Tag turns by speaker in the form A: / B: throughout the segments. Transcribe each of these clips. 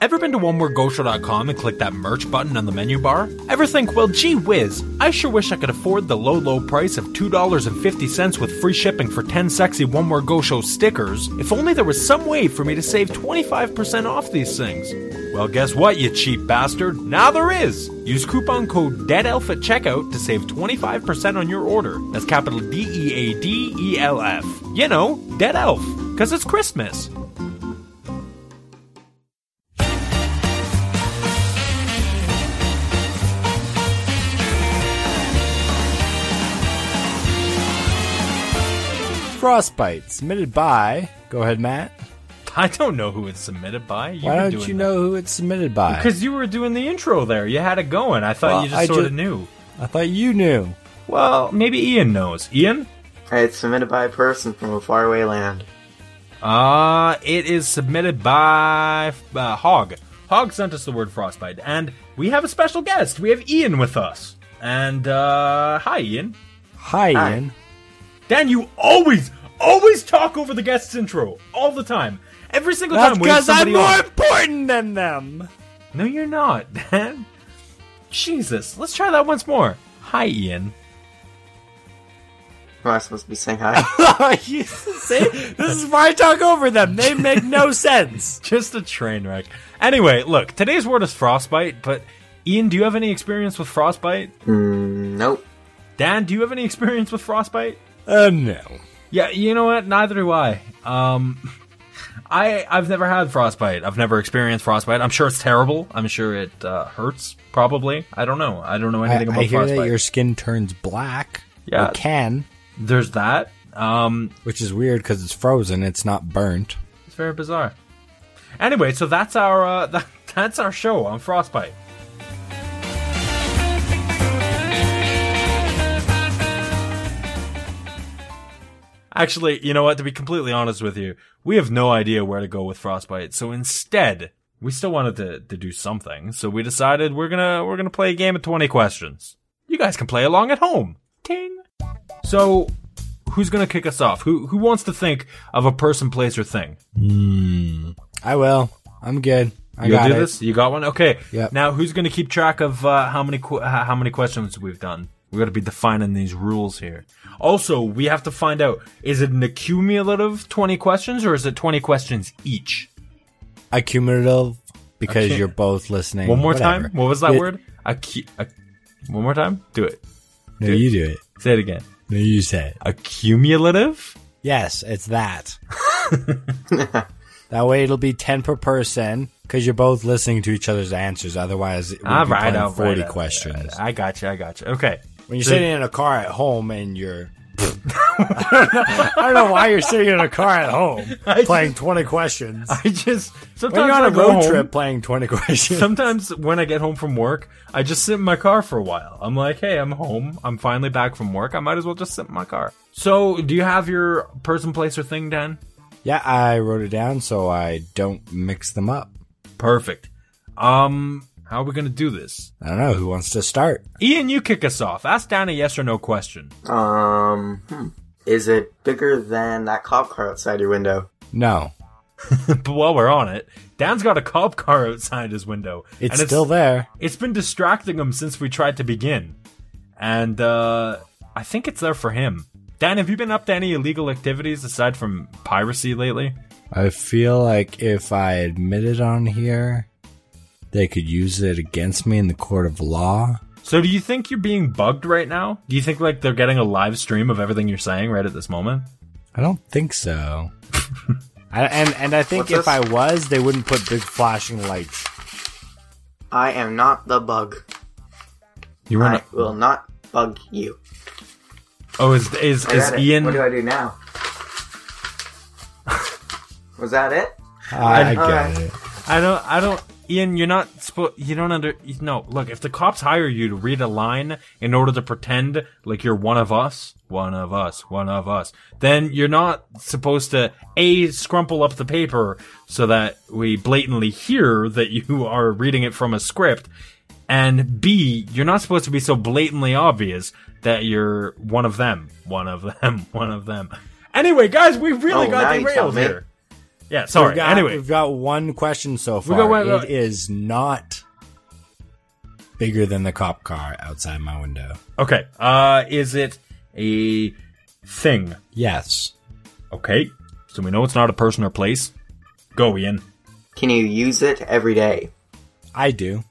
A: Ever been to onemoregrocer.com and click that merch button on the menu bar? Ever think, well, gee whiz, I sure wish I could afford the low, low price of $2.50 with free shipping for 10 sexy One More Go Show stickers? If only there was some way for me to save 25% off these things. Well, guess what, you cheap bastard? Now there is! Use coupon code DEADELF at checkout to save 25% on your order. That's capital D E A D E L F. You know, Dead Elf, because it's Christmas.
B: Frostbite, submitted by. Go ahead, Matt.
A: I don't know who it's submitted by. You've
B: Why
A: been
B: don't
A: doing
B: you
A: that.
B: know who it's submitted by?
A: Because you were doing the intro there. You had it going. I thought
B: Well,
A: you just
B: I
A: sort of
B: ju-
A: knew.
B: I thought you knew.
A: Well, maybe Ian knows. Ian?
C: Hey, it's submitted by a person from a faraway land.
A: Uh, it is submitted by uh, Hog. Hog sent us the word frostbite, and we have a special guest. We have Ian with us. And, uh, hi, Ian.
B: Hi,
A: Ah,
C: Hi.
B: Ian.
A: Dan, you always, always talk over the guest's intro. All the time. Every single
B: That's
A: time we have
B: because I'm
A: somebody
B: more
A: on.
B: important than them.
A: No, you're not, Dan. Jesus. Let's try that once more. Hi, Ian.
C: Am I supposed to be saying hi?
B: Oh, you see, this is why I talk over them. They make no sense.
A: Just a train wreck. Anyway, look, today's word is frostbite, but Ian, do you have any experience with frostbite?
C: mm, nope.
A: Dan, do you have any experience with frostbite?
B: Uh, no.
A: Yeah, you know what? Neither do I. Um I I've never had frostbite. I've never experienced frostbite. I'm sure it's terrible. I'm sure it uh, hurts probably. I don't know. I don't know
B: I,
A: anything
B: I
A: about
B: hear
A: frostbite.
B: that your skin turns black.
A: Yeah.
B: Or can,
A: There's that. Um
B: which is weird because it's frozen. It's not burnt.
A: it's very bizarre. Anyway, so that's our uh, that, that's our show on frostbite. Actually, you know what? To be completely honest with you, we have no idea where to go with Frostbite. So instead, we still wanted to, to do something. So we decided we're gonna we're gonna play a game of twenty questions. You guys can play along at home. Ting. So, who's gonna kick us off? Who who wants to think of a person, place, or thing?
B: I will. I'm good. I
A: You'll
B: got
A: do
B: it.
A: this. You got one. Okay.
B: Yep.
A: Now, who's gonna keep track of uh, how many qu- how how many questions we've done? We're gonna be defining these rules here. Also, we have to find out: is it an accumulative twenty questions, or is it twenty questions each?
B: Accumulative because
A: Accu-
B: you're both listening.
A: One more
B: Whatever.
A: time. What was that
B: Yeah.
A: word? Acu- ac- one more time. Do it.
B: No, you do it.
A: Say it again.
B: No, you say it.
A: Accumulative.
B: Yes, it's that. that way it'll be 10 per person because you're both listening to each other's answers. Otherwise, it would
A: All
B: be
A: right.
B: playing
A: all right,
B: 40
A: all right,
B: questions.
A: all right. I got you. I got you. Okay.
B: When you're
A: So-
B: sitting in a car at home and you're. I don't know why you're sitting in a car at home playing 20 questions.
A: I just sometimes
B: When you're on
A: I
B: a
A: go
B: road
A: home-
B: trip playing 20 questions.
A: Sometimes when I get home from work, I just sit in my car for a while. I'm like, hey, I'm home. I'm finally back from work. I might as well just sit in my car. So, do you have your person, place, or thing, Dan?
B: yeah, I wrote it down so I don't mix them up.
A: Perfect. Um, how are we gonna do this?
B: I don't know who wants to start.
A: Ian, you kick us off. Ask Dan a yes or no question.
C: Um, hmm. is it bigger than that cop car outside your window?
B: No,
A: but while we're on it, Dan's got a cop car outside his window.
B: it's,
A: and
B: still there.
A: It's been distracting him since we tried to begin. And uh I think it's there for him. Dan, have you been up to any illegal activities aside from piracy lately?
B: I feel like if I admit it on here, they could use it against me in the court of law.
A: So do you think you're being bugged right now? Do you think like they're getting a live stream of everything you're saying right at this moment?
B: I don't think so. I, and and I think
C: What's
B: if
C: this?
B: I was, they wouldn't put big flashing lights.
C: I am not the bug.
A: You
C: I
A: were not.
C: will not bug you.
A: Oh, is is,
C: I
A: is
C: got it.
A: Ian?
C: What do I do now? Was that it?
B: I, I
C: All
B: get
C: right.
B: it.
A: I don't. I don't. Ian, you're not. Spo- you don't under. you- No, look. If the cops hire you to read a line in order to pretend like you're one of us, one of us, one of us, then you're not supposed to a scrumple up the paper so that we blatantly hear that you are reading it from a script, and b you're not supposed to be so blatantly obvious that you're one of them, one of them, one of them. Anyway, guys, we really
C: Oh, now
A: got
C: you tell
A: derailed
C: me.
A: here. Yeah, sorry.
B: We've got,
A: anyway,
B: we've got one question so far.
A: got one-
B: It is not bigger than the cop car outside my window.
A: okay. Uh, is it a thing?
B: Yes.
A: Okay, so we know it's not a person or place. Go, Ian.
C: Can you use it every day?
B: I do.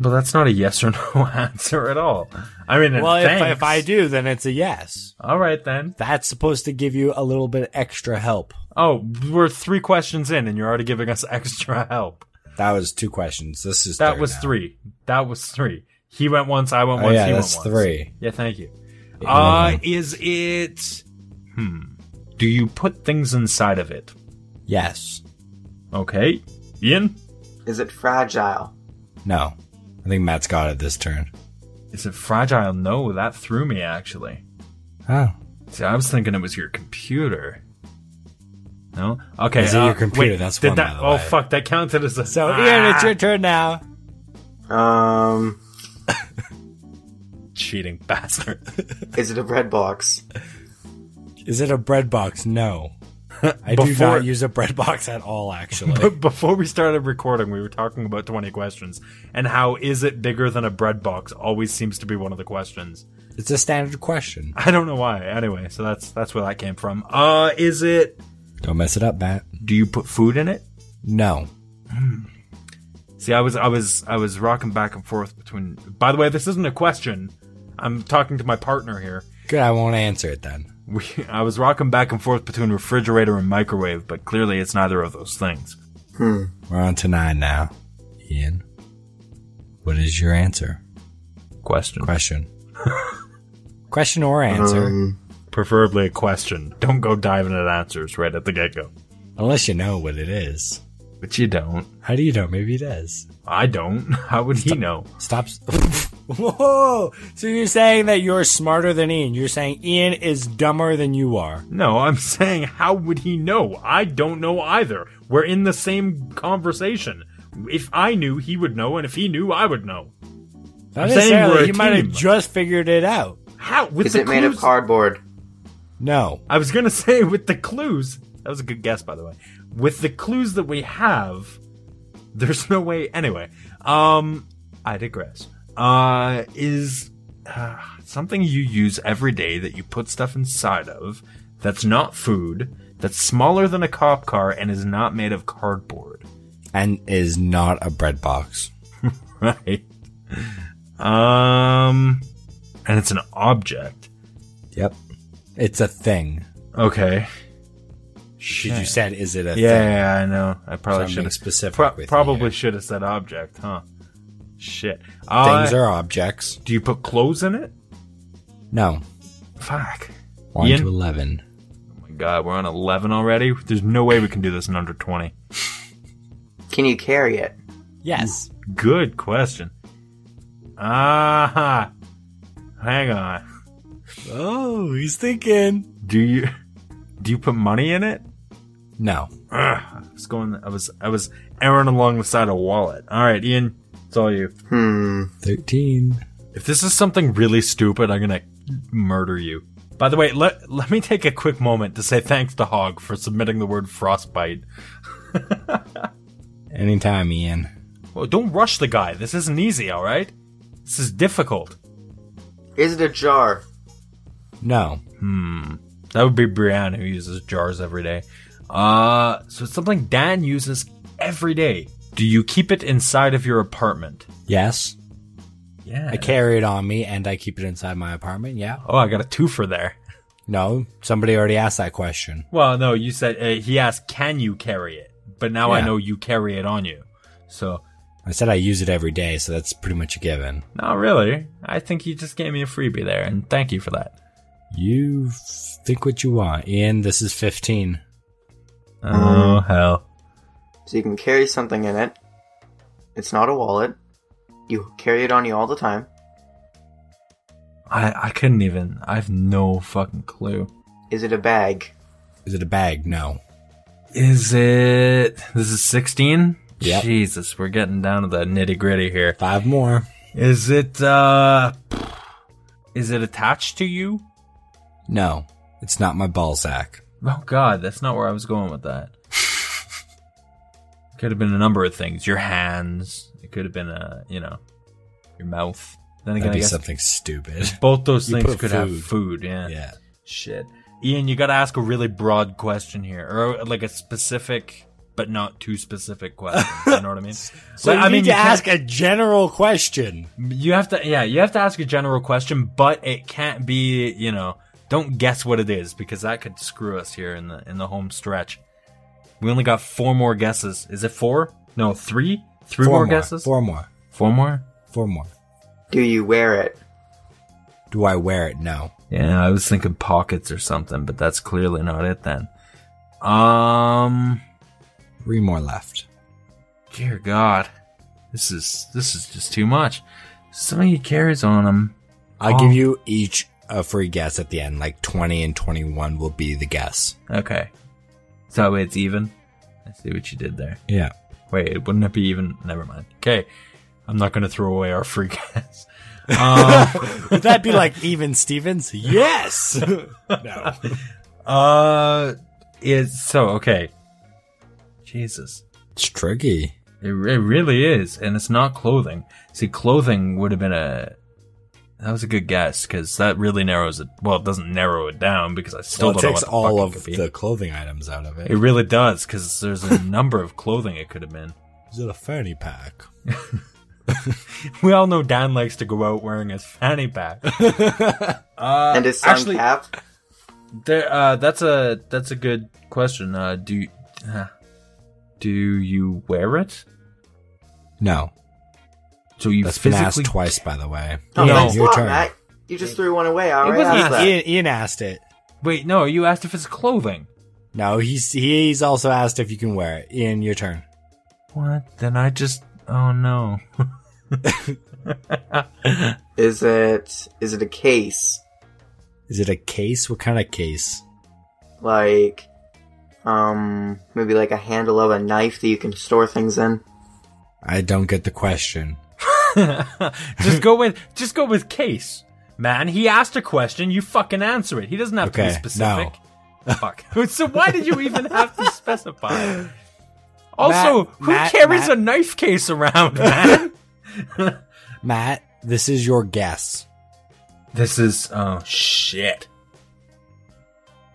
A: But that's not a yes or no answer at all. I mean,
B: Well, if,
A: thanks.
B: if I do, then it's a yes.
A: All right then.
B: That's supposed to give you a little bit extra help.
A: Oh, we're three questions in, and you're already giving us extra help.
B: That was two questions. This is
A: That
B: third
A: was
B: now.
A: three. That was three. He went once. I went
B: Oh,
A: once.
B: yeah,
A: he
B: that's
A: went once.
B: three.
A: Yeah, thank you.
B: Yeah.
A: Uh, is it? Hmm. Do you put things inside of it?
B: Yes.
A: Okay, Ian.
C: Is it fragile?
B: No. I think Matt's got it this turn.
A: Is it fragile? No, that threw me actually.
B: Oh.
A: See, I was thinking it was your computer. No. Okay.
B: Is it
A: uh,
B: your computer?
A: wait,
B: That's
A: did
B: one,
A: that.
B: by the
A: oh
B: way.
A: fuck! That counted as a. Ah,
B: So, Ian, it's your turn now.
C: Um,
A: cheating bastard.
C: is it a bread box?
B: Is it a bread box? No. I do
A: Before-
B: not use a bread box at all, actually.
A: But before we started recording, we were talking about 20 questions and how is it bigger than a bread box always seems to be one of the questions.
B: it's a standard question.
A: I don't know why. Anyway, so that's that's where that came from. Uh is it
B: Don't mess it up, Matt.
A: do you put food in it?
B: No.
A: See, I was I was I was rocking back and forth between By the way, this isn't a question. I'm talking to my partner here.
B: Good, I won't answer it then.
A: We, I was rocking back and forth between refrigerator and microwave, but clearly it's neither of those things.
B: We're on to nine now. Ian, what is your answer?
A: Question.
B: Question. question or answer.
A: Uh.
C: Um,
A: Preferably a question. Don't go diving at answers right at the get go.
B: Unless you know what it is.
A: But you don't.
B: How do you know? Maybe it is.
A: I don't. How would he know?
B: Stop. s- Whoa! So you're saying that you're smarter than Ian. You're saying Ian is dumber than you are.
A: No, I'm saying how would he know? I don't know either. We're in the same conversation. If I knew, he would know, and if he knew, I would know.
B: Not
A: I'm saying
B: necessarily.
A: we're a
B: you might have
A: team.
B: just figured it out.
A: How? With
C: is
A: the
C: it made of
A: clues-
C: cardboard?
B: No.
A: I was gonna say with the clues. That was a good guess, by the way. With the clues that we have, there's no way. Anyway, um, I digress. Uh, is uh, something you use every day that you put stuff inside of that's not food, that's smaller than a cop car, and is not made of cardboard,
B: And is not a bread box.
A: right? Um, and it's an object.
B: Yep. It's a thing.
A: Okay.
B: Should you said is it a
A: Yeah,
B: thing?
A: yeah, I know. I
B: So
A: probably
B: I'm
A: should
B: being
A: have
B: specific.
A: Pro-
B: with you
A: probably
B: here.
A: should have said object, huh? Shit.
B: things
A: Uh,
B: are objects.
A: do you put clothes in it?
B: No.
A: Fuck.
B: One
A: Ian?
B: to eleven.
A: Oh my god, we're on 11 already? There's no way we can do this in under 20.
C: Can you carry it?
B: Yes.
A: Good question. Ah, hang on.
B: Oh, he's thinking.
A: Do you do you put money in it?
B: No.
A: Ugh, I was going. I was I was erring along the side of a wallet. All right, Ian, it's all you.
C: Hmm.
B: Thirteen.
A: If this is something really stupid, I'm gonna murder you. By the way, let let me take a quick moment to say thanks to Hog for submitting the word frostbite.
B: Anytime, Ian.
A: Well, don't rush the guy. This isn't easy, all right? This is difficult.
C: Is it a jar?
B: No.
A: That would be Brianne who uses jars every day. Uh, so it's something Dan uses every day. Do you keep it inside of your apartment?
B: Yes.
A: Yeah.
B: I carry it on me and I keep it inside my apartment. Yeah.
A: Oh, I got a twofer there.
B: No. Somebody already asked that question.
A: Well, no, you said uh, he asked, "Can you carry it?" But now I
B: Yeah.
A: know you carry it on you. So
B: I said I use it every day, so that's pretty much a given.
A: Not really. I think you just gave me a freebie there, and thank you for that.
B: You think what you want, Ian. This is fifteen.
A: Oh hell!
C: So you can carry something in it. It's not a wallet. You carry it on you all the time.
A: I I couldn't even. I have no fucking clue.
C: Is it a bag?
B: Is it a bag? No.
A: Is it? This is sixteen.
B: Yep.
A: Jesus, we're getting down to the nitty gritty here.
B: Five more.
A: Is it? uh Is it attached to you?
B: No. It's not my ball sack.
A: Oh god, that's not where I was going with that. Could have been a number of things. Your hands. It could have been a you know, your mouth. Then again,
B: That'd
A: I
B: be
A: guess
B: something stupid.
A: both those
B: You
A: things
B: put
A: could have food. Yeah.
B: Yeah.
A: Shit. Ian, you got to ask a really broad question here, or like a specific but not too specific question. you know what I mean?
D: So you
A: I
D: need
A: mean,
D: to
A: you can't-
D: ask a general question.
A: You have to, yeah, you have to ask a general question, but it can't be, you know, don't guess what it is because that could screw us here in the in the home stretch. We only got four more guesses. Is it four? No, three. Three more,
B: Four
A: guesses.
B: Four more.
A: Four more.
B: Four more.
C: Do you wear it?
B: Do I wear it? No.
A: Yeah, I was thinking pockets or something, but that's clearly not it then. Um,
B: Three more left.
A: dear God, this is this is just too much. Somebody carries on them.
B: I'll
A: Oh.
B: give you each a free guess at the end. Like 20 and 21 will be the guess.
A: Okay, so that way it's even. I see what you did there.
B: Yeah.
A: Wait, wouldn't it be even? Never mind. Okay, I'm not going to throw away our free gas. Um,
D: Would that be like even Stevens? Yes. no.
A: uh, it's so okay. Jesus,
B: It's tricky.
A: it, it really is, and it's not clothing. See, clothing would have been a that was a good guess because that really narrows it. Well, it doesn't narrow it down because I still
B: Well, it
A: don't know what
B: takes
A: the
B: all
A: fuck it
B: of
A: could be.
B: the clothing items out of it.
A: It really does because there's a number of clothing it could have been.
B: Is it a fanny pack?
A: We all know Dan likes to go out wearing his fanny pack. uh,
C: and his sun
A: actually-
C: cap?
A: There, uh, that's a that's a good question. Uh, do uh, do you wear it?
B: No.
A: So you
B: That's been
A: physically
B: asked twice, by the way.
C: Oh,
A: No.
C: thanks a
B: your
C: lot,
B: turn.
C: Matt. You just threw one away. I
A: It
C: already
A: wasn't
C: asked
D: Ian,
C: that.
D: Ian, Ian asked it.
A: wait. No, you asked if it's clothing.
B: No, he's he's also asked if you can wear it. Ian, your turn.
A: What? Then I just oh no.
C: Is it is it a case
B: Is it a case? What kind of case?
C: like um maybe like a handle of a knife that you can store things in?
B: I don't get the question.
A: just go with just go with case, man. He asked a question. You fucking answer it. He doesn't have to
B: Okay,
A: be specific. Fuck. so why did you even have to specify? Also, who
B: Matt-
A: carries
B: Matt-
A: a knife case around, man?
B: Matt, this is your guess.
A: This is oh shit.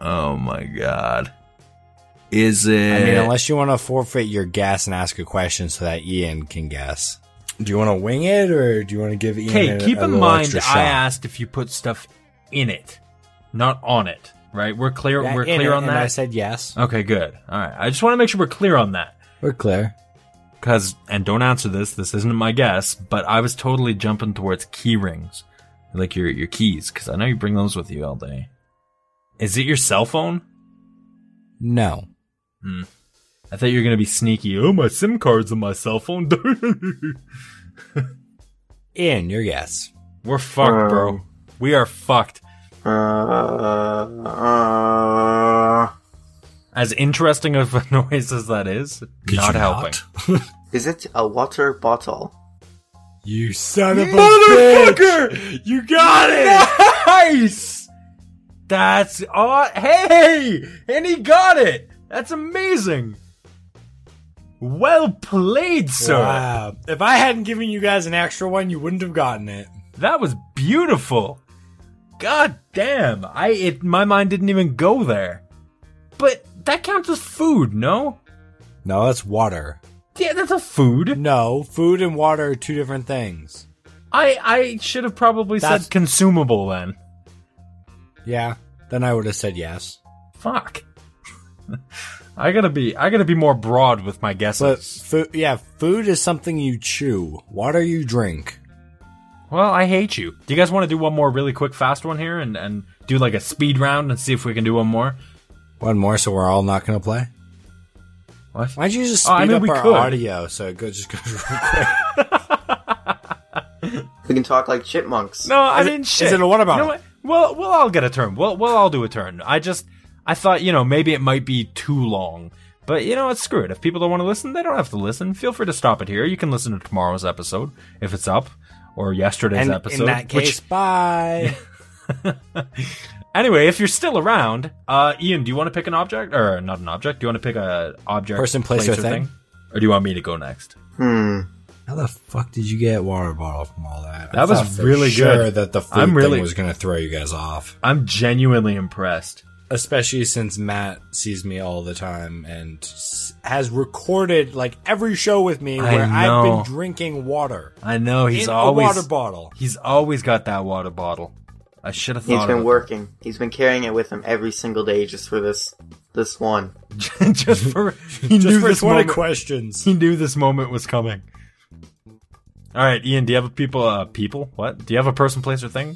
A: Oh my god. Is it
B: I mean, unless you want to forfeit your guess and ask a question so that Ian can guess. Do you want to wing it, or do you want to give Ian?
A: Okay,
B: a-
A: keep
B: a
A: in
B: little
A: mind
B: extra shot?
A: I asked if you put stuff in it, not on it, right? We're clear
B: Yeah,
A: we're
B: and-
A: clear on
B: and I
A: that.
B: said yes.
A: okay, good. All right. I just want to make sure we're clear on that.
B: We're clear.
A: Cuz and don't answer this, this isn't my guess, but I was totally jumping towards key rings. Like your your keys cuz I know you bring those with you all day. Is it your cell phone?
B: No.
A: I thought you were gonna be sneaky. Oh, my SIM card's on my cell phone.
B: Ian, your guess.
A: we're fucked, bro.
B: Um.
A: We are fucked.
C: Uh, uh,
A: As interesting of a noise as that is,
B: Could
A: not
B: you
A: helping.
C: is it a water bottle?
B: You son of a
A: Motherfucker!
B: bitch! You got it.
A: Nice. That's aw- hey, and he got it. That's amazing. Well played, sir.
D: Wow. If I hadn't given you guys an extra one, you wouldn't have gotten it.
A: That was beautiful. God damn. I it my mind didn't even go there. But that counts as food, no?
B: No, that's water.
A: Yeah, that's a food.
B: No, food and water are two different things.
A: I I should have probably
B: That's-
A: said consumable then.
B: Yeah. Then I would have said yes.
A: Fuck. I gotta be I gotta be more broad with my
B: But
A: guesses.
B: food, yeah, food is something you chew. Water you drink.
A: well, I hate you. Do you guys want to do one more really quick, fast one here, and and do like a speed round and see if we can do one more?
B: One more, so we're all not gonna play.
A: What?
B: Why don't you just
A: Oh,
B: speed
A: I mean,
B: up
A: we
B: our
A: could.
B: audio so it goes just goes real quick?
C: We can talk like chipmunks.
A: No, I
B: Is it-
A: mean,
B: is
A: shit.
B: it a what about
A: You know
B: it?
A: Well, we'll all get a turn. We'll we'll all do a turn. I just I thought you know maybe it might be too long, but you know what? Screw it. If people don't want to listen, they don't have to listen. Feel free to stop it here. You can listen to tomorrow's episode if it's up, or yesterday's
D: And
A: episode.
D: in that
A: which-
D: case,
B: Bye.
A: anyway, if you're still around, uh, Ian, do you want to pick an object or not an object? Do you want to pick a object,
B: Person, place, or thing?
A: Or do you want me to go next?
C: Hmm.
B: How the fuck did you get water bottle from all that?
A: That was
B: thought for
A: really
B: sure
A: good.
B: That the food
A: I'm really-
B: thing was gonna throw you guys off,
A: I'm genuinely impressed.
B: especially since Matt sees me all the time and s- has recorded like every show with me
A: I
B: where
A: know.
B: I've been drinking water.
A: I know he's
B: in
A: always
B: a water bottle.
A: he's always got that water bottle. I should have thought.
C: He's been
A: about
C: working. He's been carrying it with him every single day just for this this one.
A: that. just for he
B: Just
A: knew
B: for
A: this
B: twenty
A: moment.
B: questions.
A: he knew this moment was coming. All right, Ian, do you have a people? Uh, people? What? Do you have a person, place, or thing?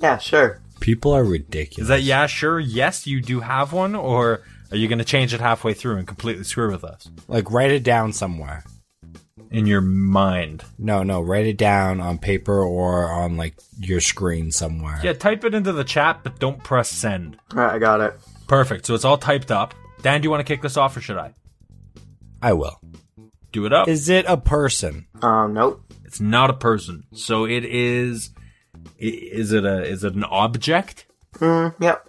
C: Yeah, sure.
B: People are
A: Is
B: ridiculous.
A: that yeah, sure, yes, you do have one, or are you going to change it halfway through and completely screw with us
B: Like write it down somewhere.
A: in your mind?
B: No, no, write it down on paper or on like your screen somewhere.
A: Yeah, type it into the chat, but don't press send.
C: Alright, I got it.
A: Perfect. So it's all typed up. Dan, do you want to kick this off, or should I
B: I will.
A: do it up?
B: Is it a person?
C: Um, nope.
A: It's not a person. So it is. i- Is it a? Is it an object?
C: Mm, yep.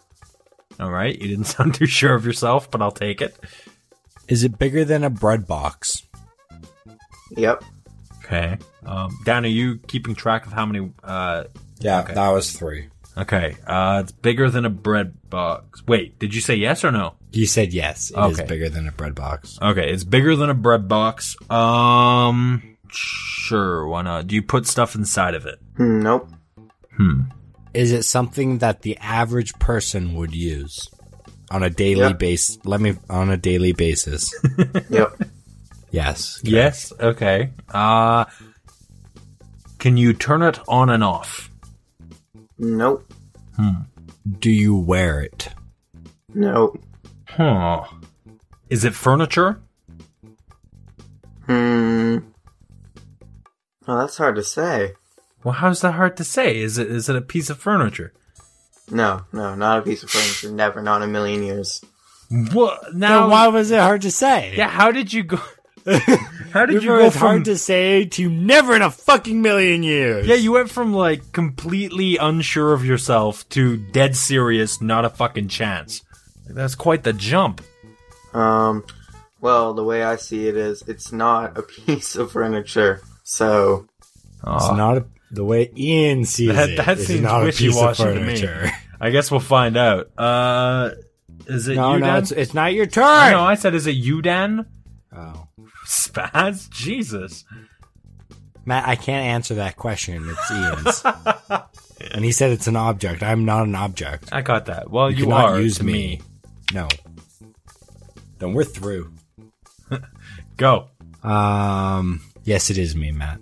A: All right. You didn't sound too sure of yourself, but I'll take it.
B: Is it bigger than a bread box?
C: Yep.
A: Okay. Um, Dan, are you keeping track of how many? Uh,
B: Yeah, that was three.
A: okay. Uh, it's bigger than a bread box. Wait, did you say yes or no?
B: You said yes. It is
A: Okay.
B: bigger than a bread box.
A: Okay, it's bigger than a bread box. Um, sure. Why not? Do you put stuff inside of it?
C: Hmm, nope.
A: Hmm.
B: Is it something that the average person would use on a daily
C: Yeah.
B: base? Let me on a daily basis.
C: Yep.
B: yes.
A: Yes. Okay. Uh, can you turn it on and off?
C: nope.
B: Do you wear it?
C: Nope.
A: Huh. Is it furniture?
C: Hmm. Well, that's hard to say.
A: Well, how's that hard to say? Is it is it a piece of furniture?
C: No, no, not a piece of furniture. Never, not in a million years.
A: What now?
B: Then why was it hard to say?
A: yeah, how did you go? how did you
B: Remember,
A: go
B: it's
A: from?
B: hard to say to never in a fucking million years.
A: yeah, you went from like completely unsure of yourself to dead serious, not a fucking chance. Like, that's quite the jump.
C: Um, well, the way I see it is, it's not a piece of furniture. So,
B: It's not a, the way Ian sees
A: that
B: it.
A: that
B: it's
A: seems
B: not a
A: wishy
B: piece of
A: washy to me.
B: furniture.
A: I guess we'll find out. Uh, is it
B: No,
A: you,
B: no,
A: Dan?
B: it's, it's not your
A: no,
B: turn.
A: I said, is it you, Dan?
B: Oh.
A: Spaz, Jesus.
B: Matt, I can't answer that question. It's Ian's. and he said it's an object. I'm not an object.
A: I caught that. Well, you,
B: cannot
A: are
B: use
A: to
B: me.
A: me.
B: No. Then we're through.
A: Go.
B: Um. Yes, it is me, Matt.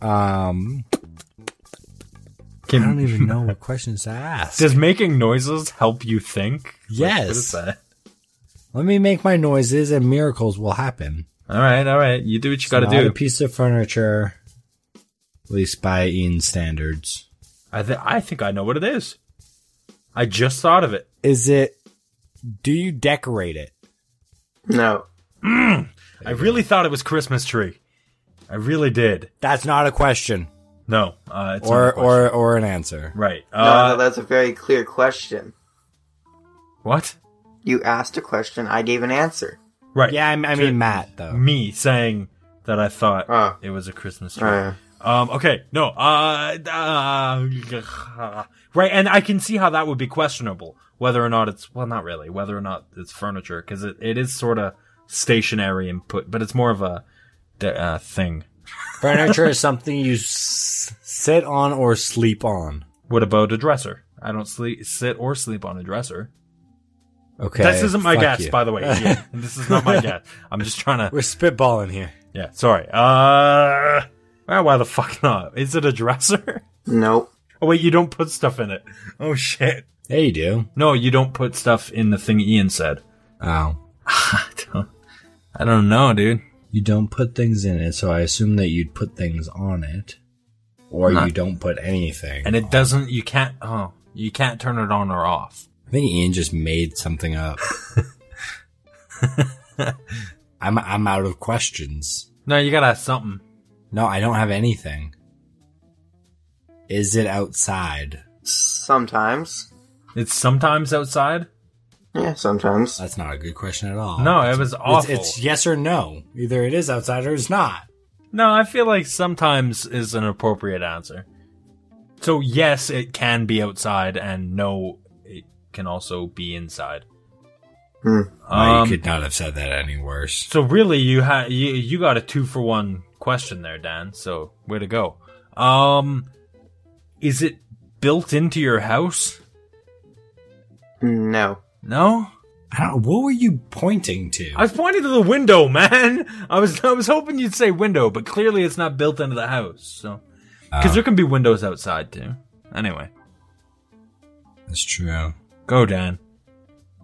B: Um. I
A: Can-
B: don't even know what questions to ask.
A: Does making noises help you think? What is
B: yes.
A: that?
B: Let me make my noises, and miracles will happen.
A: All right, all right. You do what you got to
B: Not
A: do.
B: a piece of furniture, at least by Ian's standards.
A: I, th- I think I know what it is. I just thought of it.
B: Is it? Do you decorate it?
C: no.
A: I really thought it was Christmas tree. I really did.
B: That's not a question,
A: No, uh, it's not a
B: or
A: question.
B: or or an answer.
A: right.
C: No,
A: Uh,
C: no, that's a very clear question.
A: what?
C: You asked a question, I gave an answer.
A: Right.
B: Yeah, I, I
A: Ju-
B: mean Matt though.
A: me saying that I thought
C: Oh.
A: it was a Christmas tree.
C: Uh,
A: Um, okay, no, uh, uh, right, and I can see how that would be questionable, whether or not it's, well, not really, whether or not it's furniture, because it, it is sort of stationary input, but it's more of a de- uh, thing.
B: furniture is something you s- sit on or sleep on.
A: What about a dresser? I don't sleep, sit or sleep on a dresser.
B: Okay,
A: this isn't my
B: fuck
A: guess,
B: you.
A: by the way. Yeah, this is not my guess. I'm just trying to,
B: We're spitballing here.
A: yeah, sorry. Uh, well, why the fuck not? Is it a dresser?
C: nope.
A: Oh, wait, you don't put stuff in it. Oh, shit.
B: Yeah, you do.
A: No, you don't put stuff in the thing Ian said.
B: Oh,
A: I don't, I don't know, dude.
B: you don't put things in it, so I assume that you'd put things on it, or
A: Not-
B: you don't put anything.
A: And it doesn't. You can't. Oh, you can't turn it on or off.
B: I think Ian just made something up. I'm I'm out of questions.
A: No, you gotta have something.
B: No, I don't have anything. Is it outside?
C: Sometimes.
A: It's sometimes outside.
C: Yeah, sometimes.
B: That's not a good question at all.
A: No, it was
B: It's,
A: awful.
B: it's yes or no. Either it is outside or it's not.
A: No, I feel like sometimes is an appropriate answer. So yes, it can be outside, and no, it can also be inside.
C: Hmm.
B: I
A: Um,
B: could not have said that any worse.
A: So really, you had you, you got a two for one question there, Dan. So way to go. Um, is it built into your house?
C: No.
A: No,
B: I don't, what were you pointing to?
A: I was pointing to the window, man. I was I was hoping you'd say window, but clearly it's not built into the house. So because
B: Oh,
A: there can be windows outside too. Anyway,
B: that's true.
A: go Dan.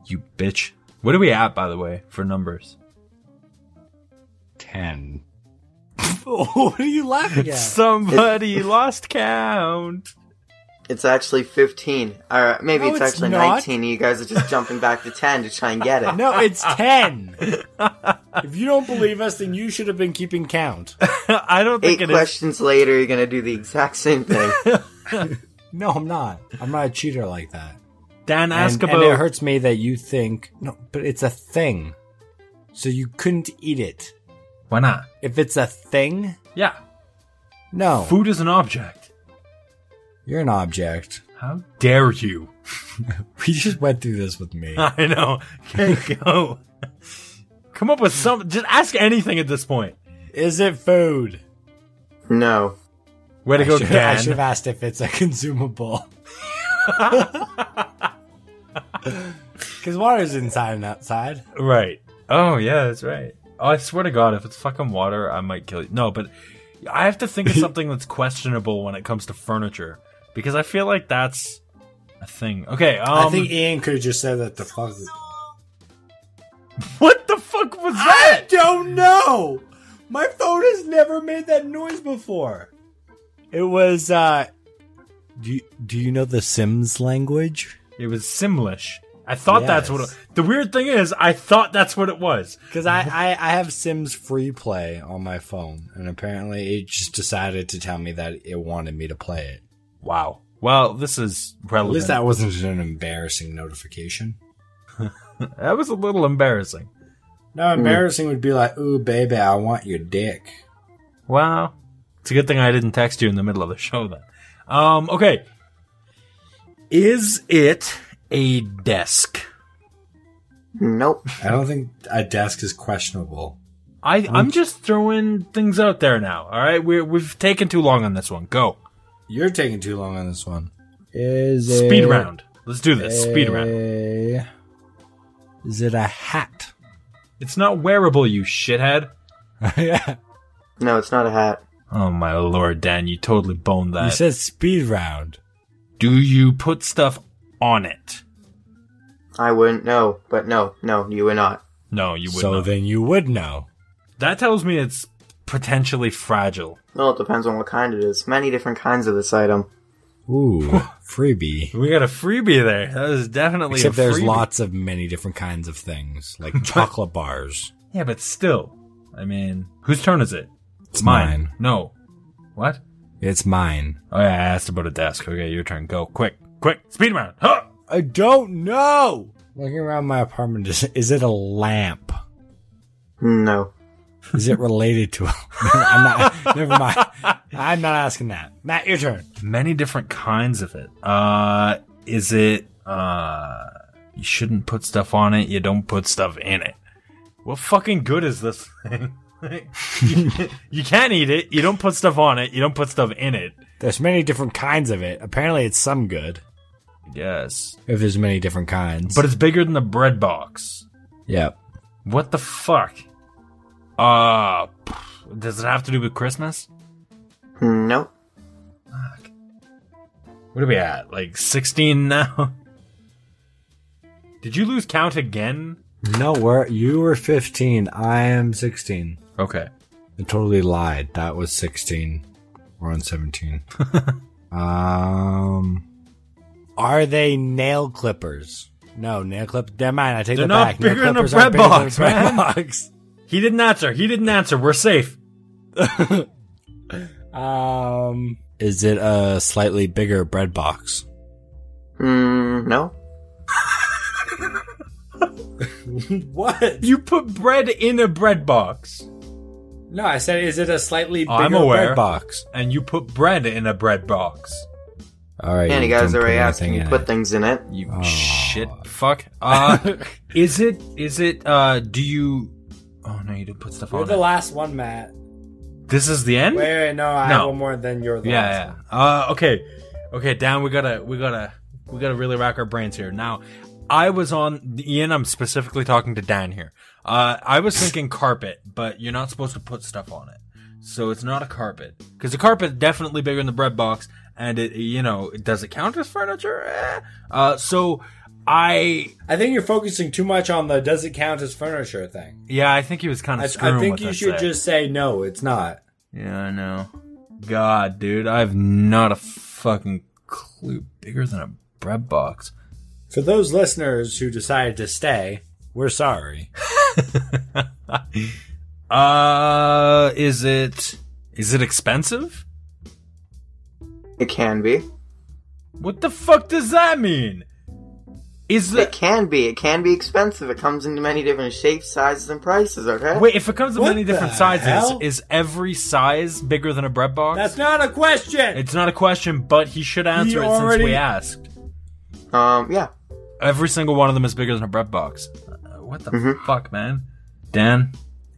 A: You bitch. What are we at by the way for numbers?
B: Ten. what are you laughing at?
A: Somebody lost count.
C: It's actually 15. Or maybe
B: No,
C: it's,
B: it's
C: actually
B: not.
C: 19. You guys are just jumping back to 10 to try and get it.
B: No, it's ten.
E: If you don't believe us, then you should have been keeping count.
A: I don't think it
C: Eight
A: is.
C: questions later, you're going to do the exact same thing.
B: No, I'm not. I'm not a cheater like that.
A: Dan, ask
B: and,
A: about.
B: And it hurts me that you think no, but it's a thing. So you couldn't eat it
A: Why not?
B: if it's a thing.
A: Yeah,
B: No,
A: food is an object.
B: you're an object.
A: How dare you?
B: We just went through this with me.
A: I know. Okay, go. Come up with some. Just ask anything at this point.
B: Is it food?
C: No.
A: Way to
B: I
A: go,
B: should, I should have
A: Dan.
B: asked if it's a consumable. Because water's inside and outside.
A: Right. Oh yeah, that's right. Oh, I swear to God, if it's fucking water, I might kill you. No, but I have to think of something that's questionable when it comes to furniture because I feel like that's a thing. Okay. Um,
E: I think Ian could have just said that the fuck.
A: what the fuck was that?
B: don't know. My phone has never made that noise before. It was. uh Do you, Do you know the Sims language?
A: It was Simlish. I thought that's what. It,
B: Yes.
A: the weird thing is, I thought that's what it was.
B: Because I, I I have Sims free play on my phone, and apparently it just decided to tell me that it wanted me to play it.
A: Wow. Well, this is
B: At
A: relevant.
B: least that wasn't an embarrassing notification.
A: that was a little embarrassing.
B: No, embarrassing would be like, "Ooh, baby, I want your dick."
A: Wow. It's a good thing I didn't text you in the middle of the show then. Um, okay. Is it a desk?
C: Nope.
B: I don't think a desk is questionable.
A: I, I'm just throwing things out there now. All right. We're, we've taken too long on this one. Go.
B: You're taking too long on this one. Is
A: Speed
B: it
A: round. Let's do this. Speed round.
B: a- Is it a hat?
A: It's not wearable, you shithead.
B: yeah.
C: No, it's not a hat.
A: Oh my lord, Dan, you totally boned
B: You
A: that.
B: said speed round.
A: do you put stuff on it?
C: I wouldn't know, but no, no, you would not.
A: No, you would
B: so
A: not.
B: then you would know.
A: that tells me it's potentially fragile.
C: Well, it depends on what kind it is. Many different kinds of this item.
B: Ooh, freebie.
A: We got a freebie there. That is definitely
B: Except
A: a freebie.
B: there's lots of many different kinds of things, like chocolate bars.
A: Yeah, but still. I mean, whose turn is it?
B: It's mine.
A: No. What?
B: It's mine.
A: Oh yeah, I asked about a desk. Okay, your turn. Go quick, quick, speed round. Huh!
B: I don't know. Looking around my apartment, is, is it a lamp?
C: No.
B: Is it related to? I'm not. Never mind. I'm not asking that. Matt, your turn.
A: Many different kinds of it. Uh, is it? Uh, you shouldn't put stuff on it. You don't put stuff in it. What fucking good is this thing? you, you can't eat it. You don't put stuff on it. You don't put stuff in it.
B: There's many different kinds of it. Apparently, it's some good.
A: Yes,
B: If there's many different kinds,
A: but it's bigger than the bread box.
B: yeah,
A: What the fuck? Uh, pff, does it have to do with Christmas?
C: Nope.
A: What are we at? Like 16 now? Did you lose count again?
B: no, we're you were 15. I am 16.
A: Okay.
B: I totally lied. That was 16. We're on 17. um, are they nail clippers? No, nail clip. Never mind. I take
A: They're
B: that
A: not
B: back.
A: bigger than a
B: nail clippers
A: bread
B: aren't bigger than
A: box,
B: a bread
A: man.
B: box.
A: He didn't answer. He didn't answer. We're safe.
B: Um, is it a slightly
C: Hmm,
B: bigger bread box?
C: Mm, no.
F: what?
A: You put bread in a bread box.
F: No, I said, is it a slightly bigger
A: I'm aware.
F: bread box?
A: And you put bread in a bread box.
G: All right.
C: And you guys
G: don't
C: already
G: put
C: asked
G: anything
C: me to
G: in
C: put
G: it.
C: things in it.
A: You
G: Oh.
A: shit fuck. Uh is it is it uh do you Oh no, you didn't put stuff
F: You're
A: on.
F: the
A: it.
F: last one, Matt.
A: this is the end?
F: Wait, wait, no, I
A: No.
F: have one more. Then you're the last.
A: Yeah, yeah. Uh, okay, okay, Dan. We gotta, we gotta, we gotta really rack our brains here. Now, I was on Ian. I'm specifically talking to Dan here. Uh, I was thinking carpet, but you're not supposed to put stuff on it, so it's not a carpet because the carpet definitely bigger than the bread box, and it, you know, does it count as furniture? Eh. Uh, so I,
F: I think you're focusing too much on the does it count as furniture thing.
A: yeah, I think he was kind
F: I,
A: of.
F: I think you should just say no, it's not.
A: Yeah, I know. God, dude, I have not a fucking clue. Bigger than a bread box.
F: For those listeners who decided to stay,
B: We're sorry.
A: Uh, is it is it expensive?
C: It can be.
A: What the fuck does that mean? Is
C: It
A: the
C: can be. It can be expensive. It comes in many different shapes, sizes, and prices, okay?
A: wait? If it comes in
F: What
A: many different
F: the
A: sizes,
F: hell?
A: is every size bigger than a bread box?
F: that's not a question.
A: it's not a question, but he should answer it since we
F: already-
A: asked.
C: Um, yeah.
A: Every single one of them is bigger than a bread box. Uh, what the
C: Mhm.
A: fuck, man? Dan,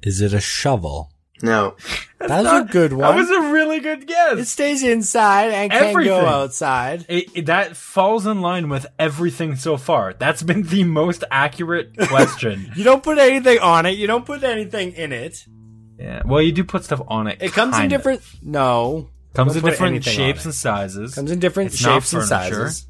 G: Is it a shovel?
C: No.
B: That was a good
A: that
B: one.
A: was a really good guess.
B: it stays inside and can
A: Everything.
B: go outside.
A: It, it- that falls in line with everything so far. That's been the most accurate question.
B: You don't put anything on it. You don't put anything in it.
A: yeah. Well, you do put stuff on it.
B: It comes in
A: kinda.
B: different. No,
A: Comes
B: Don't
A: in
B: put
A: different
B: anything on
A: shapes
B: it.
A: and sizes.
B: comes in different
A: It's not
B: shapes and
A: furniture.
B: sizes.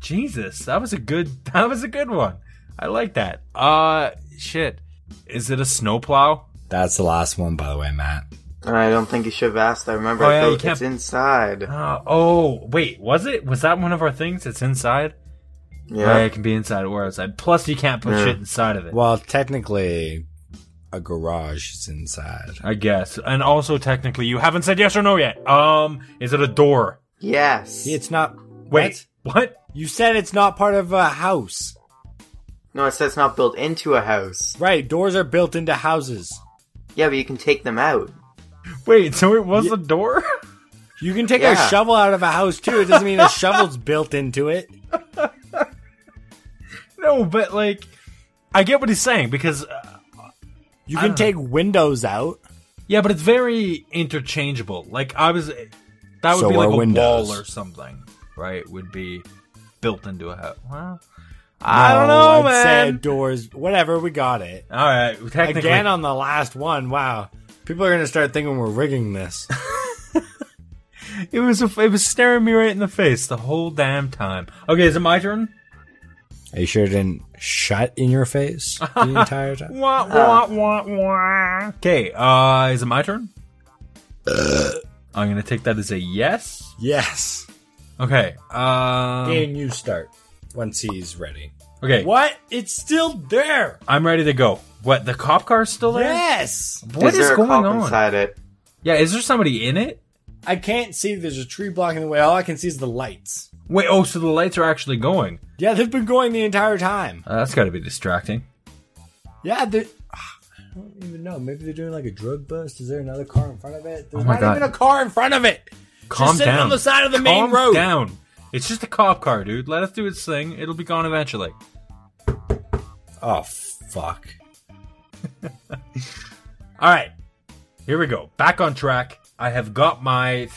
A: Jesus, that was a good. That was a good one. I like that. Uh, shit. Is it a snowplow?
G: That's the last one, by the way, Matt.
C: I don't think you should have asked. I remember
A: Oh,
C: I
A: yeah,
C: thought
A: you can't-
C: it's inside.
A: Uh, oh, wait. Was it? Was that one of our things? It's inside.
C: Yeah.
A: Right, it can be inside or outside. Plus, you can't put
C: Yeah.
A: shit inside of it.
G: Well, technically, a garage is inside.
A: I guess. And also, technically, you haven't said yes or no yet. Um, is it a door?
C: Yes.
B: It's not.
A: Wait, what?
B: You said it's not part of a house.
C: No, it says not built into a house.
B: Right. Doors are built into houses.
C: Yeah, but you can take them out.
A: Wait, so it was a door?
B: You can take
C: Yeah.
B: a shovel out of a house too. It doesn't mean a shovel's built into it.
A: no, but like, I get what he's saying because uh,
B: You
A: I don't
B: can
A: know.
B: take windows out.
A: yeah, but it's very interchangeable. Like I was, that would
G: So
A: be like
G: are
A: a
G: windows.
A: wall or something, right? Would be built into a house. Well, I don't know,
B: I'd say
A: man.
B: doors. Whatever. We got it.
A: All right, well, technically,
B: Again on the last one. Wow. People are gonna start thinking we're rigging this.
A: it was a, it was staring me right in the face the whole damn time. Okay, is it my turn?
G: Are you sure it didn't shut in your face the entire time?
A: Wah wah wah wah. Okay, uh, is it my turn? I'm gonna take that as a yes.
B: yes.
A: Okay. Um,
B: and you start.
G: Once he's ready.
A: Okay.
B: What? It's still there.
A: I'm ready to go. What? The cop car's still there?
B: Yes.
A: What is
C: there a
A: going
C: cop
A: on?
C: inside it?
A: Yeah, is there somebody in it?
B: I can't see. There's a tree blocking the way. All I can see is the lights.
A: Wait. Oh, so the lights are actually going.
B: Yeah, they've been going the entire time.
A: Uh, that's got to be distracting.
B: Yeah, they're. Ah, I don't even know. Maybe they're doing like a drug bust. Is there another car in front of it? There's
A: Oh my
B: not
A: God.
B: even a car in front of it.
A: Calm
B: sitting
A: down.
B: on the side of the main
A: Calm
B: road.
A: down. It's just a cop car, dude. Let us do its thing. It'll be gone eventually.
G: Oh, fuck.
A: All right. Here we go. Back on track. I have got my th-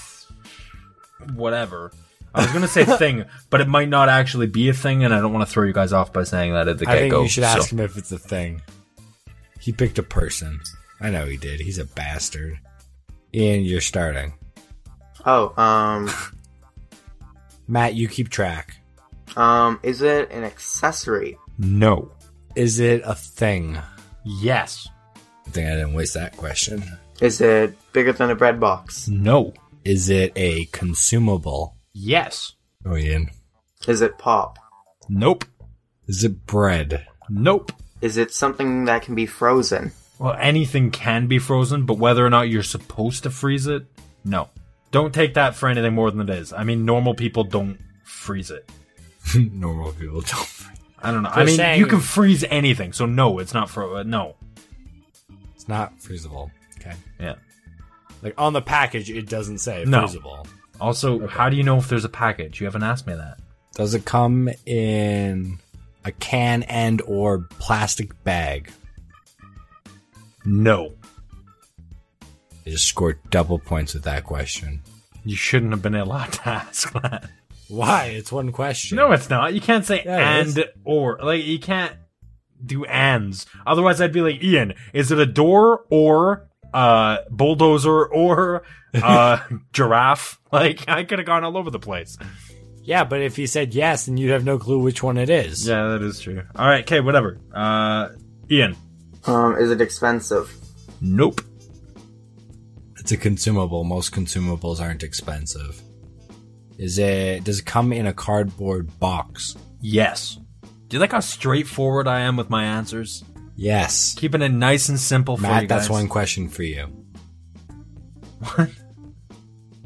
A: whatever. I was gonna say thing, but it might not actually be a thing, and I don't want to throw you guys off by saying that at the
G: I
A: get
G: think
A: go.
G: you should ask him if it's a thing. He picked a person. I know he did. He's a bastard. Ian, you're starting.
C: Oh, um,
G: Matt, you keep track.
C: um, is it an accessory?
A: No.
G: Is it a thing?
A: Yes.
G: I think I didn't waste that question.
C: Is it bigger than a bread box?
A: No.
G: Is it a consumable?
A: Yes.
G: Oh, Ian.
C: Is it pop?
A: Nope.
G: Is it bread?
A: Nope.
C: Is it something that can be frozen?
A: Well, anything can be frozen, but whether or not you're supposed to freeze it, no. Don't take that for anything more than it is. I mean, normal people don't freeze it.
G: Normal people don't.
A: I don't know. I
B: They're
A: mean,
B: saying-
A: you can freeze anything, so no, it's not for uh, no.
B: It's not freezable. Okay.
A: Yeah.
B: Like on the package, it doesn't say
A: No.
B: freezable.
A: Also, how do you know if there's a package? You haven't asked me that.
B: Does it come in a can and or plastic bag?
A: No,
B: I just scored double points with that question.
A: you shouldn't have been allowed to ask that.
B: Why? It's one question.
A: No, it's not. You can't say
B: Yeah, it is.
A: and or like you can't do ands. Otherwise, I'd be like Ian. Is it a door or uh bulldozer or uh giraffe? Like I could have gone all over the place.
B: Yeah, but if he said yes, then you'd have no clue which one it is.
A: Yeah, that is true. All right, okay, whatever. Uh, Ian.
C: Um, is it expensive?
A: Nope.
B: It's a consumable. Most consumables aren't expensive. Is it? Does it come in a cardboard box?
A: Yes. Do you like how straightforward I am with my answers?
B: Yes.
A: Keeping it nice and simple for you
B: Matt,
A: guys.
B: that's one question for you.
A: What?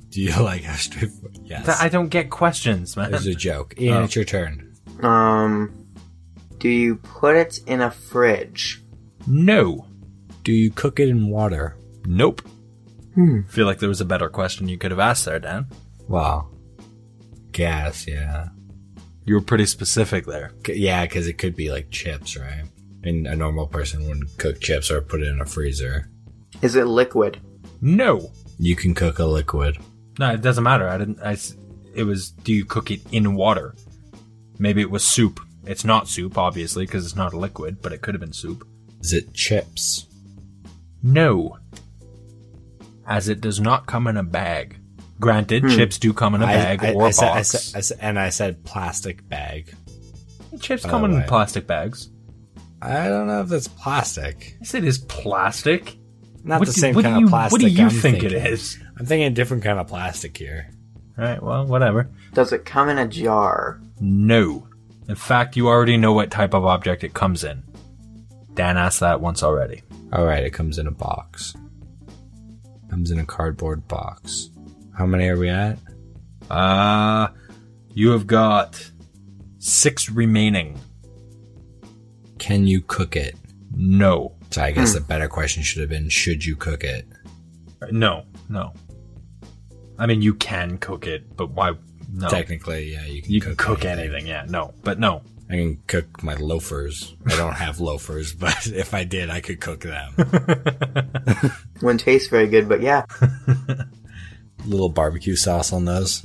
B: Do you like how straightforward? Yes.
A: Th- I don't get questions, man.
B: it was a joke. Ian,
A: Oh.
B: it's your turn.
C: Um, do you put it in a fridge?
A: No.
B: Do you cook it in water?
A: Nope. Hmm. Feel like there was a better question you could have asked there, Dan.
B: Well, gas, yeah.
A: You were pretty specific there.
B: C- yeah, because it could be like chips, right? And a normal person wouldn't cook chips or put it in a freezer.
C: Is it liquid?
A: No.
B: You can cook a liquid.
A: No, it doesn't matter. I didn't. I. s- It was. Do you cook it in water? Maybe it was soup. It's not soup, obviously, because it's not a liquid, but it could have been soup.
B: Is it chips?
A: No. As it does not come in a bag. Granted, chips do come in a bag or a
B: Hmm. I
A: box.
B: said, I said, I said, and I said plastic bag.
A: chips
B: by
A: come
B: the
A: in
B: way.
A: plastic bags.
B: I don't know if that's plastic.
A: Yes, it is plastic.
B: Not
A: What
B: the
A: do-
B: same
A: what do
B: kind
A: you-
B: of plastic.
A: What do you
B: I'm
A: think it
B: thinking.
A: is?
B: I'm thinking a different kind of plastic here.
A: All right. Well, whatever.
C: Does it come in a jar?
A: No. In fact, you already know what type of object it comes in. Dan asked that once already.
B: All right, it comes in a box. Comes in a cardboard box. How many are we at?
A: Uh, you have got six remaining.
B: Can you cook it?
A: No.
B: So I
A: Hmm.
B: guess the better question should have been, should you cook it?
A: No. No. I mean, you can cook it, but why? No.
B: Technically, yeah, you can.
A: You
B: cook
A: can cook anything, yeah. No, but no.
B: I can cook my loafers. I don't have loafers, but if I did, I could cook them.
C: Wouldn't taste very good, but yeah.
B: Little barbecue sauce on those.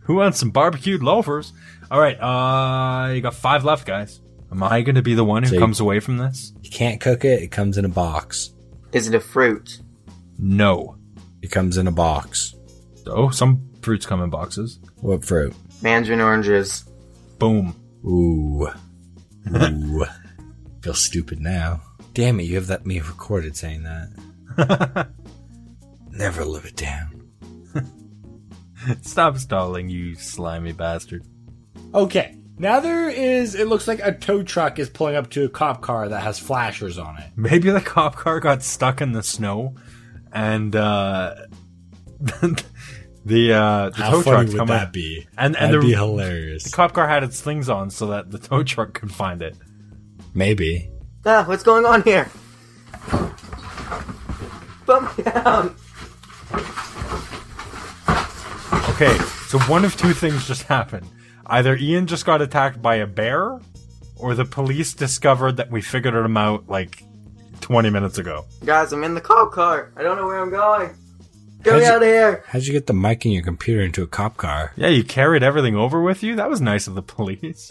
A: Who wants some barbecued loafers? All right, uh, you got five left, guys. Am I going to be the one who
B: So you-
A: comes away from this?
B: You can't cook it. It comes in a box.
C: Is it a fruit?
A: No.
B: It comes in a box.
A: Oh, some fruits come in boxes.
B: What fruit?
C: Mandarin oranges.
A: Boom.
B: Ooh. Ooh. Feel stupid now. Damn it, you have that me recorded saying that. Never live it down.
A: Stop stalling, you slimy bastard.
B: Okay. Now there is it looks like a tow truck is pulling up to a cop car that has flashers on it.
A: Maybe the cop car got stuck in the snow, and uh, the uh, the
B: How
A: tow
B: funny
A: truck
B: would
A: coming.
B: that be?
A: And- and
B: That'd
A: the-
B: be hilarious.
A: The cop car had its things on so that the tow truck could find it.
B: Maybe.
C: Ah, what's going on here? Bump me down.
A: Okay, so one of two things just happened. Either Ian just got attacked by a bear, or the police discovered that we figured him out like 20 minutes ago.
C: Guys, I'm in the cop car. I don't know where I'm going. Get me
B: How's it-
C: out of here.
B: How'd you get the mic and your computer into a cop car?
A: Yeah, you carried everything over with you? That was nice of the police.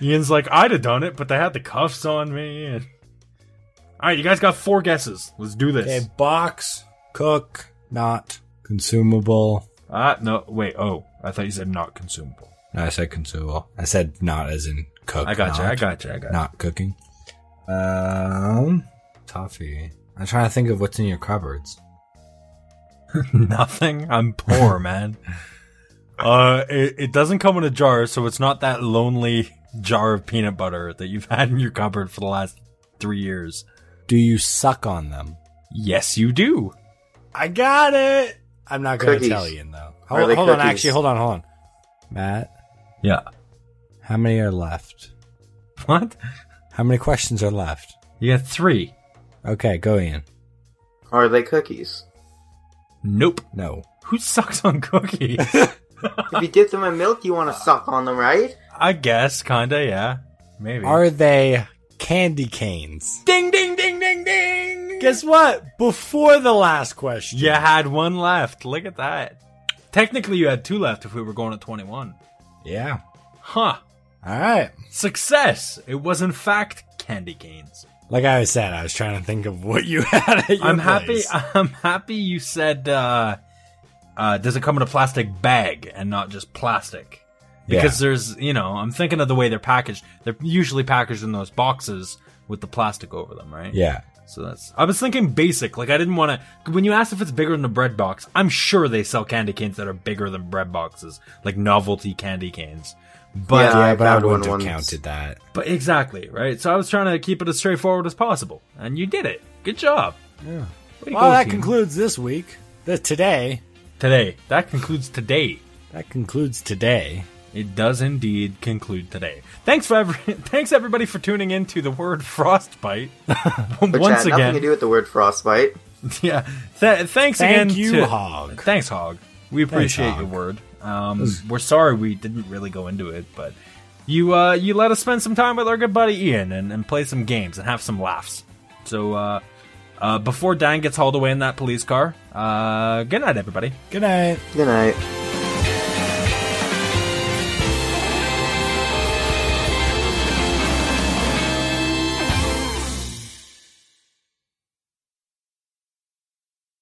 A: Ian's like, I'd have done it, but they had the cuffs on me. And... All right, you guys got four guesses. Let's do this.
B: Okay, box, cook, not consumable.
A: Ah, no, wait. Oh, I thought you said not consumable.
B: No, I said consumable. I said not as in cook.
A: I got you.
B: not.
A: I got you. I got you.
B: not cooking. Um, toffee. I'm trying to think of what's in your cupboards.
A: Nothing. I'm poor, man. Uh, it, it doesn't come in a jar, so it's not that lonely jar of peanut butter that you've had in your cupboard for the last three years.
B: Do you suck on them?
A: Yes, you do.
B: I got it. I'm not going to
C: Cookies.
B: tell you though.
C: Are
B: Hold,
C: they
B: hold on,
C: cookies?
B: actually, hold on, hold on. Matt,
A: Yeah.
B: How many are left?
A: What?
B: How many questions are left?
A: You got three.
B: Okay, go in.
C: Are they cookies?
A: Nope.
B: No.
A: Who sucks on cookies?
C: if you dip them in milk, you want to suck on them, right?
A: I guess, kinda, yeah. Maybe.
B: Are they candy canes?
A: ding, ding, ding, ding, ding!
G: Guess what? Before the last question.
A: You had one left. Look at that. Technically, you had two left if we were going at 21.
B: Yeah.
A: Huh.
B: All right.
A: Success! It was, in fact, candy canes.
B: Like I said, I was trying to think of what you had. At your
A: I'm happy.
B: place.
A: I'm happy you said. Uh, uh, does it come in a plastic bag and not just plastic? Because there's, you know, I'm thinking of the way they're packaged. They're usually packaged in those boxes with the plastic over them, right?
B: yeah.
A: So that's. I was thinking basic. Like I didn't want to. When you asked if it's bigger than a bread box, I'm sure they sell candy canes that are bigger than bread boxes, like novelty candy canes. But
C: Yeah,
B: Yeah,
C: I
B: but I
C: found
B: wouldn't have
C: one once.
B: counted that.
A: but exactly right. So I was trying to keep it as straightforward as possible, and you did it. Good job. Yeah.
G: Well, that concludes this week. The, today.
A: today. That concludes today.
G: That concludes today.
A: It does indeed conclude today. Thanks for every, thanks everybody for tuning in to the word frostbite
C: Which
A: once
C: had nothing to
A: again.
C: do with the word frostbite.
A: yeah, Th-
G: Thank
A: thanks again.
G: you,
A: to-
G: Hog.
A: Thanks, Hog. We appreciate
B: Hog.
A: your word. Um, we're sorry we didn't really go into it, but you uh, you let us spend some time with our good buddy Ian and, and play some games and have some laughs. So uh, uh, before Dan gets hauled away in that police car, uh, good night, everybody.
G: Good night.
C: Good night.